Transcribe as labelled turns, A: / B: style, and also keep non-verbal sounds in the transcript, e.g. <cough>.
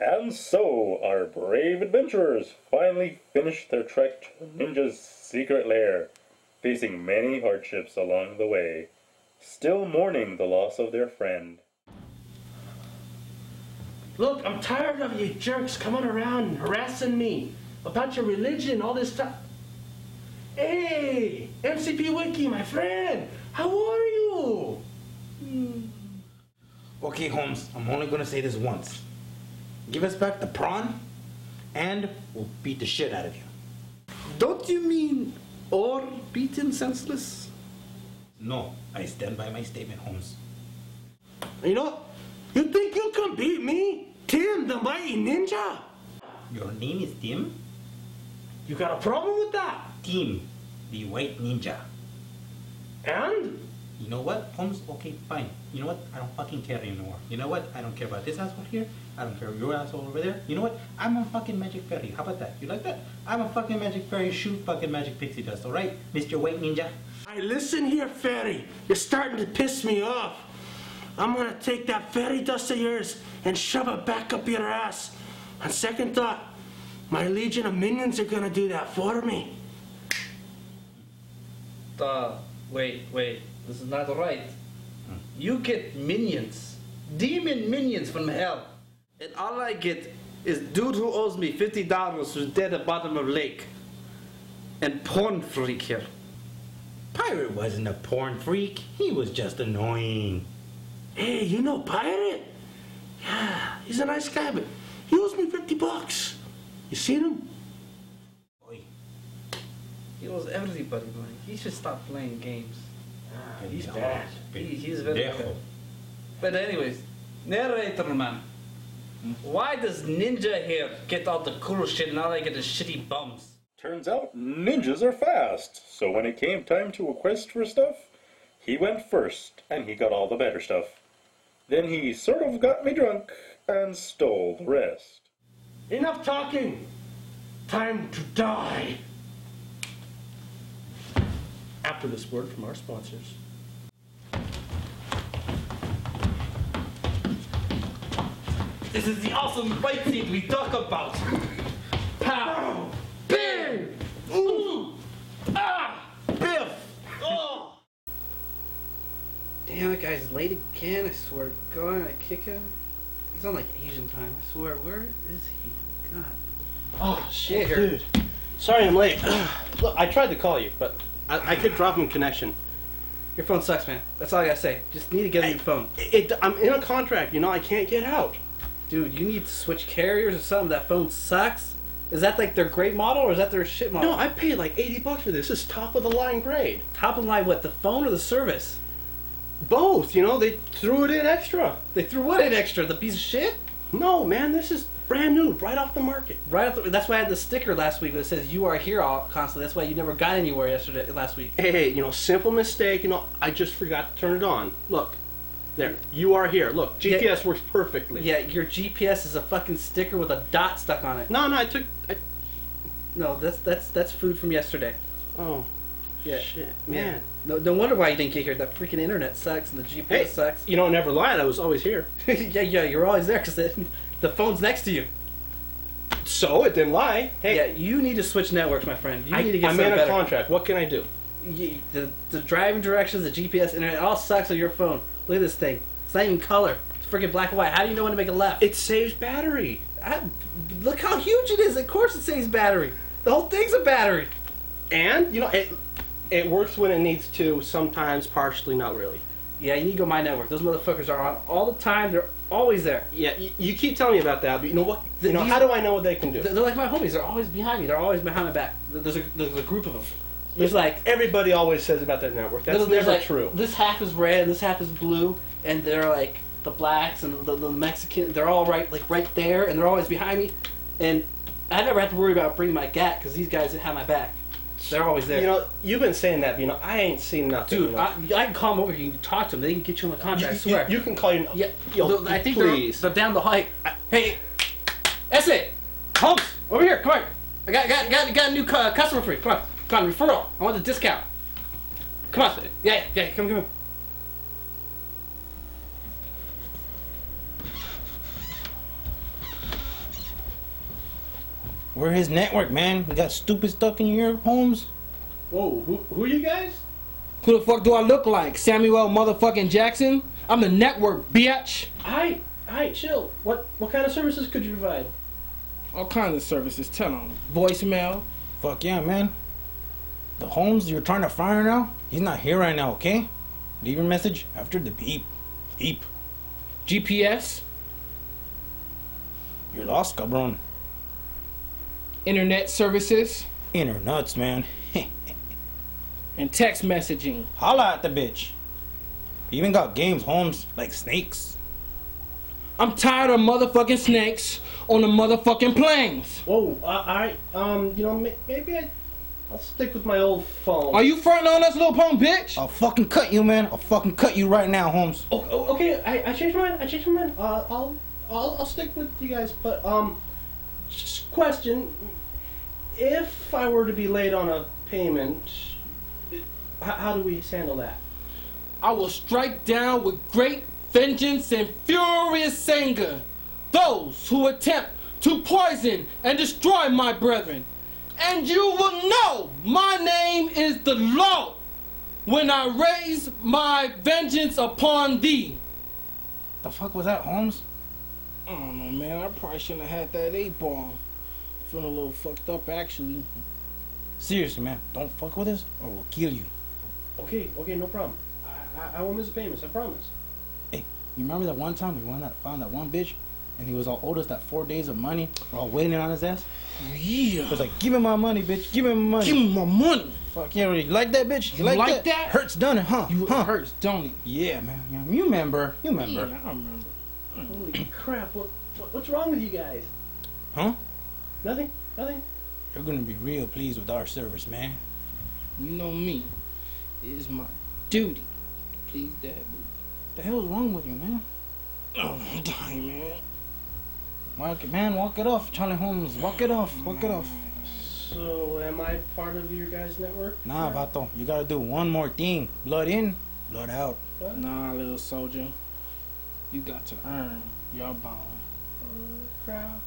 A: And so our brave adventurers finally finished their trek to the ninja's secret lair, facing many hardships along the way, still mourning the loss of their friend.
B: Look, I'm tired of you jerks coming around harassing me about your religion, all this stuff. Hey, MCP Wiki, my friend, how are you?
C: Okay, Holmes, I'm only gonna say this once. Give us back the prawn, and we'll beat the shit out of you.
D: Don't you mean or beat him senseless?
C: No, I stand by my statement, Holmes.
B: You know, you think you can beat me, Tim, the mighty ninja?
C: Your name is Tim?
B: You got a problem with that?
C: Tim, the white ninja.
B: And
C: You know what, Holmes? Okay, fine. You know what? I don't fucking care anymore. You know what? I don't care about this asshole here. I don't care about your asshole over there. You know what? I'm a fucking magic fairy. How about that? You like that? I'm a fucking magic fairy. Shoot fucking magic pixie dust, alright? Mr. White Ninja.
B: I listen here, fairy. You're starting to piss me off. I'm gonna take that fairy dust of yours and shove it back up your ass. On second thought, my legion of minions are gonna do that for me.
E: Uh, wait, wait. This is not right. You get minions. Demon minions from hell. And all I get is dude who owes me $50 who's dead at bottom of lake. And porn freak here.
C: Pirate wasn't a porn freak. He was just annoying.
B: Hey, you know Pirate? Yeah, he's a nice guy, but he owes me 50 bucks. You seen him?
C: Boy,
E: He owes everybody money. He should stop playing games. he's
C: pendejo,
E: bad. He- he's very
C: pendejo.
E: bad. But anyways, narrator man. Why does Ninja here get all the cool shit and all I get is shitty bums?
A: Turns out ninjas are fast, so when it came time to a quest for stuff, he went first and he got all the better stuff. Then he sort of got me drunk and stole the rest.
B: Enough talking. Time to die. After this word from our sponsors.
E: This is the awesome fight scene we talk about. Pow! Bang! Ooh! Ah! Biff! Oh!
F: Damn, that guy's late again. I swear to God, I kick him. He's on like Asian time. I swear. Where is he? God.
B: Oh,
F: shit.
B: Dude, sorry I'm late. Look, I tried to call you, but I, I could drop him connection.
F: Your phone sucks, man. That's all I gotta say. Just need to get a new phone.
B: It, I'm in a contract, you know, I can't get out.
F: Dude, you need to switch carriers or something. That phone sucks. Is that like their great model or is that their shit model?
B: No, I paid like 80 bucks for this. This is top of the line grade.
F: Top of line, what? The phone or the service?
B: Both, you know, they threw it in extra.
F: They threw what in extra? The piece of shit?
B: No, man, this is brand new, right off the market.
F: Right. Off the, that's why I had the sticker last week that says "You are here all constantly." That's why you never got anywhere yesterday, last week.
B: Hey, hey, you know, simple mistake, you know, I just forgot to turn it on. Look, there, you are here. Look,
F: Yeah.
B: GPS works perfectly.
F: Yeah, your GPS is a fucking sticker with a dot stuck on it.
B: No, no, I took. I,
F: No, that's that's that's food from yesterday.
B: oh,
F: Yeah.
B: shit,
F: Yeah.
B: man.
F: No, no wonder why you didn't get here. That freaking internet sucks and the GPS
B: Hey,
F: sucks. <laughs>
B: you know, never lied, I was always here.
F: yeah, yeah, you're always there because the, <laughs> the phone's next to you.
B: So, it didn't lie. Hey,
F: Yeah, you need to switch networks, my friend. You
B: I,
F: need to get
B: am in
F: something
B: a
F: better.
B: contract. What can I do?
F: You- the, the driving directions, the GPS, internet, it all sucks on your phone. Look at this thing. It's not even color. It's freaking black and white. How do you know when to make a left?
B: It saves battery.
F: I, look how huge it is. Of course it saves battery. The whole thing's a battery.
B: And, you know, it, it works when it needs to, sometimes partially, not really.
F: Yeah, you need to go my network. Those motherfuckers are on all the time. They're always there.
B: Yeah, you, you keep telling me about that, but you know what?
F: The-
B: You know,
F: these-
B: how do I know what they can do?
F: They're they're like my homies. They're always behind me. They're always behind my back. There's a, there's a group of them. There's like
B: Everybody always says about that network. That's
F: Little- there's
B: never
F: like,
B: true.
F: This half is red, this half is blue, and they're like the blacks and the, the Mexican. They're all right, like right there, and they're always behind me. And I never have to worry about bringing my gat because these guys have my back. They're always there.
B: You know, you've been saying that, but you know, I ain't seen nothing.
F: dude,
B: you know.
F: I, I can call them over. You can talk to them. They can get you on the
B: you,
F: contract. I
B: you-
F: swear.
B: you can call your.
F: yeah,
B: yo,
F: Though I think
B: please.
F: They're, they're down the hike. Hey, that's it. Holmes, over here. Come on. I got got got, got a new cu- customer for you. Come on, come on. Referral. I want the discount. Come on. Yeah, yeah. Come, come.
G: We're his network, man. We got stupid stuff in your homes.
E: Whoa, who, who you guys?
H: Who the fuck do I look like? Samuel motherfucking Jackson? I'm the network, bitch.
I: Hi, hi, chill. What what kind of services could you provide?
H: All kinds of services. Tell them. Voicemail.
G: Fuck yeah, man. The Holmes you're trying to find right now, he's not here right now, okay? Leave your message after the beep. Beep.
H: GPS.
G: You're lost, cabron.
H: Internet services.
G: Inner nuts, man. <laughs>
H: And text messaging.
G: Holla at the bitch. You even got games, Holmes, like snakes.
H: I'm tired of motherfucking snakes on the motherfucking planes.
B: Oh,
I: Whoa, uh, alright, um, you know, may- maybe I, I'll stick with my old phone.
H: Are you fronting on us, Lil Pump, bitch?
G: I'll fucking cut you, man. I'll fucking cut you right now, Holmes.
I: Oh, oh, okay, I, I changed my mind, I changed my mind. Uh, I'll, I'll, I'll stick with you guys, but, um, just question. If I were to be late on a payment, it- how, how do we handle that?
H: I will strike down with great vengeance and furious anger those who attempt to poison and destroy my brethren. And you will know my name is the Lord when I raise my vengeance upon thee.
G: The fuck was that, Holmes?
H: I don't know, man. I probably shouldn't have had that eight ball. Feeling a little fucked up, actually.
G: Seriously, man. Don't fuck with us Oh. or we'll kill you.
I: Okay, okay, no problem. I, I, I won't miss payments, I promise.
G: Hey, you remember that one time we went out, found that one bitch and he was all owed us that four days of money? We're all waiting on his ass. He
H: Yeah.
G: was like, give me my money, bitch. Give me my money.
H: Give me my money.
G: Fuck yeah, you like that, bitch? You,
H: You
G: like,
H: like
G: that?
H: that?
G: Hurts done it, huh?
H: You
G: huh?
H: hurts, don't it?
G: Yeah, man. Yeah, you remember? You
H: Yeah, I
G: remember?
H: remember.
I: Holy crap, what, what, what's wrong with you guys?
G: Huh?
I: Nothing? Nothing?
G: You're gonna be real pleased with our service, man.
H: You know me. It is my duty. Please, Dad.
G: The hell's wrong with you, man?
H: Oh, I'm dying, man.
G: Walk it, man. Walk it off, Charlie Holmes. Walk it off. Walk it off.
I: So, am I part of your guys' network?
G: Nah, Vato. You gotta do one more thing. Blood in, blood out.
H: Nah, little soldier. You got to earn your bone.
I: crap.